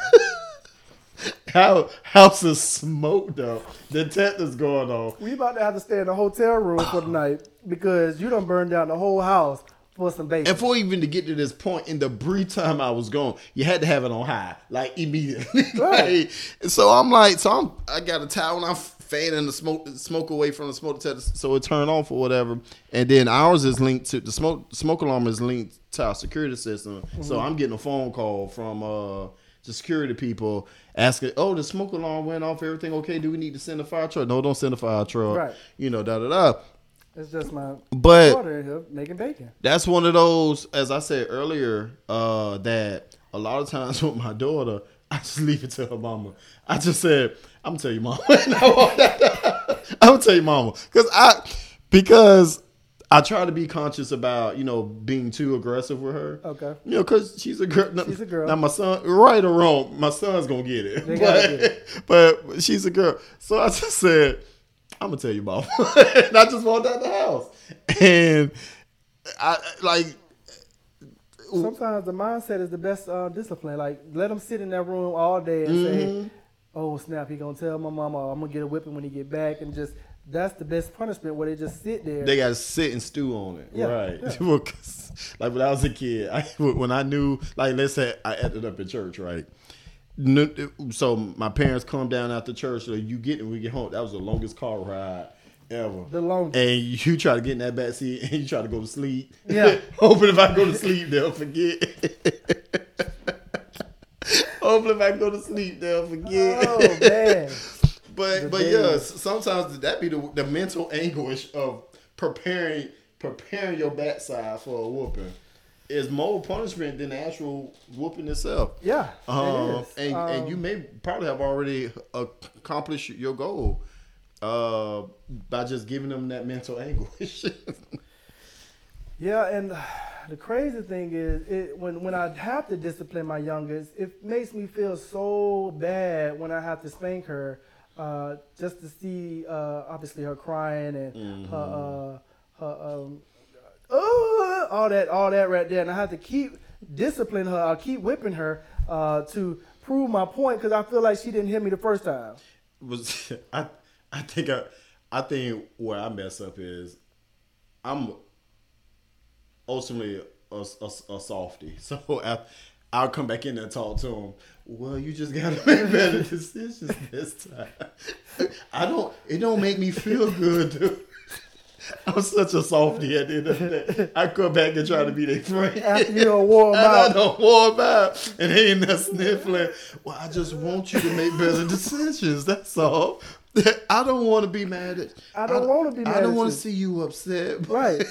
S3: How house is smoked up. Detectives going on.
S2: We about to have to stay in a hotel room for the night because you done burned down the whole house for some bacon.
S3: And for even to get to this point in the brief time I was gone, you had to have it on high, like immediately.
S2: Right.
S3: Like, so I'm like, so I'm, I got a towel and I'm fanning the smoke smoke away from the smoke detector, so it turned off or whatever. And then ours is linked to the smoke smoke alarm is linked to our security system.
S2: Mm-hmm.
S3: So I'm getting a phone call from uh the security people asking, "Oh, the smoke alarm went off. Everything okay? Do we need to send a fire truck? No, don't send a fire truck.
S2: Right.
S3: You know, da da da."
S2: it's just my
S3: But-
S2: daughter in here making bacon.
S3: that's one of those, as I said earlier, uh, that a lot of times with my daughter, I just leave it to her mama. I just said, I'm gonna tell you mama. And I walked out the- I'm gonna tell you mama. Cause I because I try to be conscious about, you know, being too aggressive with her.
S2: Okay.
S3: You know, cause she's a girl.
S2: She's a girl.
S3: Now my son, right or wrong, my son's gonna get it.
S2: They gotta get
S3: But, but she's a girl. So I just said, I'm gonna tell you mama. and I just walked out the house. And I like
S2: Sometimes the mindset is the best uh, discipline. Like let him sit in that room all day and
S3: Mm-hmm.
S2: say, "Oh snap, he gonna tell my mama I'm gonna get a whipping when he get back," and just that's the best punishment where they just sit there.
S3: they gotta sit and stew on it,
S2: Yeah,
S3: right?
S2: yeah.
S3: Well, 'cause, like when I was a kid, I, when I knew, like let's say I ended up in church, right? No- So my parents come down after church. So you get when we get home. That was the longest car ride ever.
S2: The longest.
S3: And you try to get in that back seat and you try to go to sleep.
S2: Yeah.
S3: Hoping if I go to sleep, they'll forget. Hopefully, if I go to sleep, they'll forget.
S2: oh man,
S3: But
S2: The
S3: but
S2: day.
S3: yeah, s- sometimes that be the, the mental anguish of preparing preparing your backside for a whooping is more punishment than the actual whooping itself.
S2: yeah, it
S3: Um,
S2: is.
S3: and
S2: Um,
S3: and you may probably have already accomplished your goal uh, by just giving them that mental anguish.
S2: Yeah, and the crazy thing is, it, when when I have to discipline my youngest, it makes me feel so bad when I have to spank her, uh, just to see uh, obviously her crying and her, uh, her um, "Ugh," all that all that right there, and I have to keep discipline her. I keep whipping her uh, to prove my point because I feel like she didn't hear me the first time.
S3: was I I think I I think where I mess up is I'm ultimately a, a, a softy. So I, I'll come back in there and talk to him. Well, you just gotta make better decisions this time. I don't. It don't make me feel good. Dude. I'm such a softie at the end of the day. I come back and try to be their friend.
S2: After you done wore 'em
S3: And
S2: out.
S3: I don't wore 'em out. And they in there sniffling. Well, I just want you to make better decisions. That's all. I don't want to be mad at.
S2: I don't wanna be
S3: I
S2: mad
S3: don't
S2: at
S3: wanna
S2: you.
S3: see you upset. but-
S2: Right.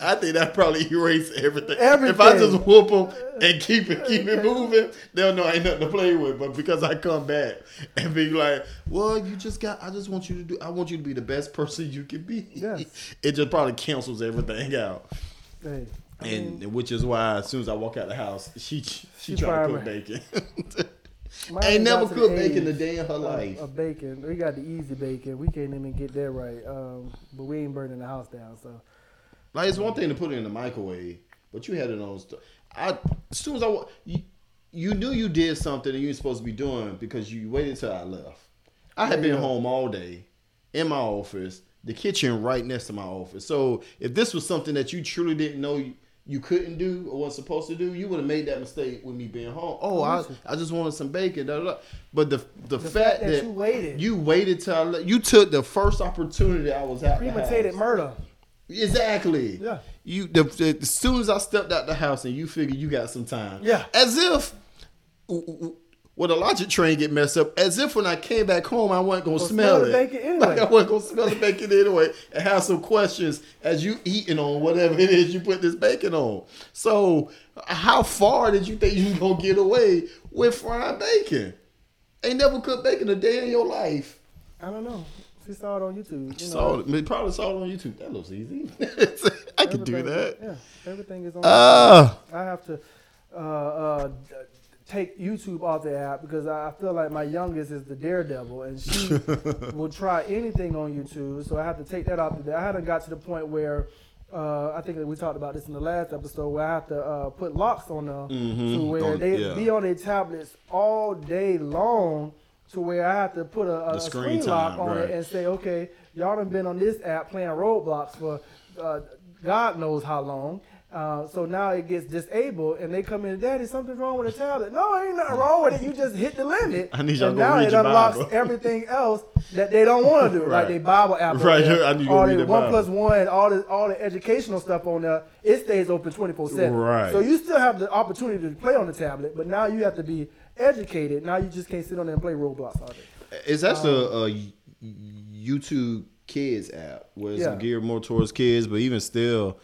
S3: I think that probably erase everything. If I
S2: Everything.
S3: just whoop them and keep it keep it moving, they'll know I ain't nothing to play with. But because I come back and be like, "Well, you just got," I just want you to do. I want you to be the best person you can be.
S2: Yes.
S3: It just probably cancels everything out,
S2: Hey,
S3: and which is why as soon as I walk out of the house, she she,
S2: Mm. She
S3: tried to cook
S2: primary.
S3: bacon.
S2: mine
S3: ain't never
S2: got to the
S3: cooked bacon a
S2: age
S3: day in her
S2: of-
S3: life.
S2: Of bacon. We got the easy bacon. We can't even get that right. Um, but we ain't burning the house down, so
S3: Like it's one thing to put it in the microwave, but you had it on. St- I as soon as I wa- you, you knew you did something that you were supposed to be doing because you waited till I left. I had been home all day, in my office, the kitchen right next to my office. So if this was something that you truly didn't know you, you couldn't do or was supposed to do, you would have made that mistake with me being home. Oh, I, I just wanted some bacon. Da, da, da. But the the, fact, that,
S2: you waited.
S3: you waited till I left, you took the first opportunity I was out. the
S2: premeditated
S3: house.
S2: murder.
S3: Exactly.
S2: Yeah.
S3: You the, the as soon as I stepped out the house and you figure you got some time.
S2: Yeah.
S3: As if when the logic train get messed up, as if when I came back home I wasn't gonna smell,
S2: smell
S3: it.
S2: the bacon anyway.
S3: Like I wasn't gonna smell the bacon anyway and have some questions as you eating on whatever it is you put this bacon on. So how far did you think you was gonna get away with frying bacon? Ain't never cooked bacon a day in your life.
S2: I don't know. She saw it on YouTube. You
S3: Saw
S2: know,
S3: it. Probably saw it on YouTube. That looks easy. I could do
S2: everything-
S3: that.
S2: Yeah, everything is on.
S3: Uh,
S2: I have to uh, uh, d- take YouTube off the app because I I feel like my youngest is the daredevil and she will try anything on YouTube. So I have to take that off the. I haven't got to the point where. Uh, I think that we talked about this in the last episode where I have to uh, put locks on them to where
S3: Mm-hmm. On-
S2: they
S3: yeah.
S2: be on their tablets all day long to where I have to put a, a-
S3: The
S2: a
S3: screen
S2: screen, lock
S3: time,
S2: on
S3: right.
S2: it and say, okay, y'all done been on this app playing roadblocks for uh, God knows how long. Uh, so now it gets disabled, and they come in, Daddy, something's wrong with the tablet. No, ain't nothing wrong with it. You just hit the limit.
S3: I need y'all
S2: and
S3: to go
S2: now
S3: read
S2: it
S3: your
S2: unlocks
S3: Bible.
S2: everything else that they don't want to do,
S3: Right.
S2: like they Bible app. on
S3: Right,
S2: there,
S3: I need you to
S2: all
S3: read
S2: they
S3: the
S2: one
S3: Bible.
S2: plus one, all the all the educational stuff on there. It stays open twenty four seven.
S3: Right.
S2: So you still have the opportunity to play on the tablet, but now you have to be educated. Now you just can't sit on there and play Roblox all day.
S3: it's actually
S2: Um,
S3: a, a YouTube Kids app where it's
S2: Yeah.
S3: geared more towards kids, but even still,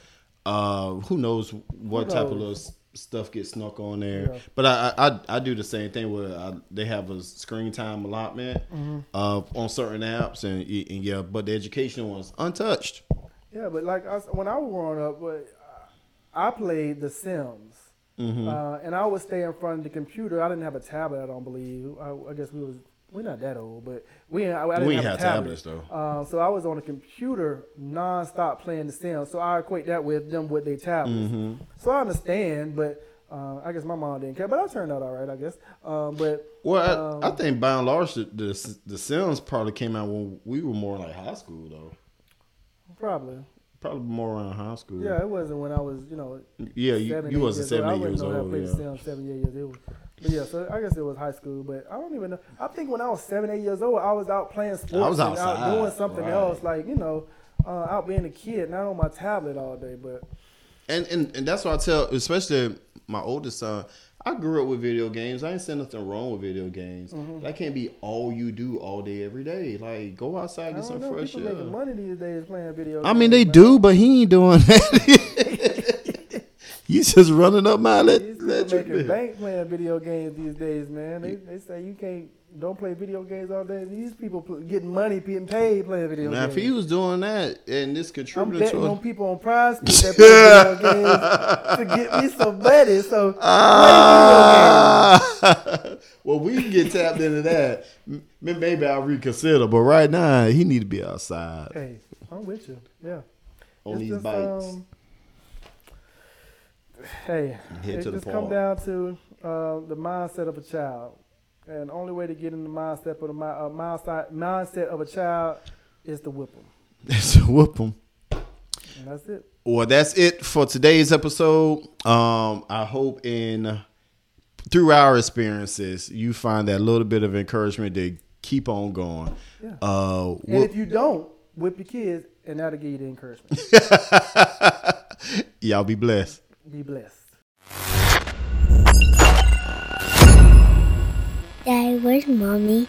S3: uh, who knows what type of
S2: knows?
S3: little s- stuff gets snuck on there.
S2: Yeah.
S3: But I, I I- I do the same thing where I, they have a screen time allotment
S2: Mm-hmm.
S3: uh, on certain apps and, y- and yeah, but the educational ones untouched.
S2: Yeah, but like I, when I was growing up, but uh, I played The Sims,
S3: Mm-hmm.
S2: uh, and I would stay in front of the computer. I didn't have a tablet. I don't believe. I, I guess we was we're not that old, but we I, I didn't
S3: We
S2: have,
S3: had
S2: a tablet.
S3: tablets, though.
S2: Uh, so I was on a computer nonstop playing The Sims. So I equate that with them with their tablets.
S3: Mm-hmm.
S2: So I understand, but uh, I guess my mom didn't care. But I turned out all right, I guess. Um, but
S3: Well, I, I
S2: um,
S3: think by and large, the, the the Sims probably came out when we were more like high school though,
S2: probably.
S3: probably more around high school.
S2: Yeah, it wasn't when I was, you know,
S3: Yeah, you,
S2: seven,
S3: you
S2: eight
S3: wasn't
S2: years old.
S3: seven, eight years
S2: I wouldn't know that
S3: old.
S2: I
S3: yeah.
S2: played the Sims seven, eight years old. But yeah, so I guess it was high school, but I don't even know. I think when I was seven, eight years old, I was out playing sports,
S3: was
S2: and out
S3: outside,
S2: doing something
S3: right.
S2: else, like you know, uh, out being a kid, not on my tablet all day. But
S3: And, and and that's why I tell, especially my oldest son, I grew up with video games. I ain't saying nothing wrong with video games.
S2: Mm-hmm.
S3: That can't be all you do all day, every day. Like, go outside,
S2: I
S3: get
S2: don't
S3: some
S2: know,
S3: fresh
S2: people making
S3: air.
S2: money these days playing video.
S3: I mean,
S2: games,
S3: they
S2: man.
S3: do, but he ain't doing that. you just running up my
S2: These
S3: let,
S2: people
S3: let
S2: making bank playing video games these days, man. They, they say you can't don't play video games all day. These people pl- getting money, being paid playing video
S3: Now, if
S2: games.
S3: he was doing that and this
S2: I'm
S3: contributed
S2: betting
S3: to
S2: on
S3: a,
S2: people on prize picks that play video games to get me some money. So
S3: ah, well, we can get tapped into that. M- Maybe I'll reconsider, but right now he need to be outside.
S2: hey, I'm with you. Yeah.
S3: on
S2: It's
S3: these
S2: just,
S3: bites.
S2: um, hey,
S3: Head
S2: it
S3: to the
S2: just come
S3: paw.
S2: down to uh, the mindset of a child, and only way to get in the mindset of the mi- uh, mindset mindset of a child is to whip them.
S3: That's a whoop 'em.
S2: And that's it.
S3: Well, that's it for today's episode. Um, I hope in through our experiences, you find that little bit of encouragement to keep on going.
S2: Yeah.
S3: Uh,
S2: And
S3: we'll-
S2: if you don't, whip your kids, and that'll give you the encouragement.
S3: y'all be blessed.
S2: Be blessed.
S1: Dad, where's mommy?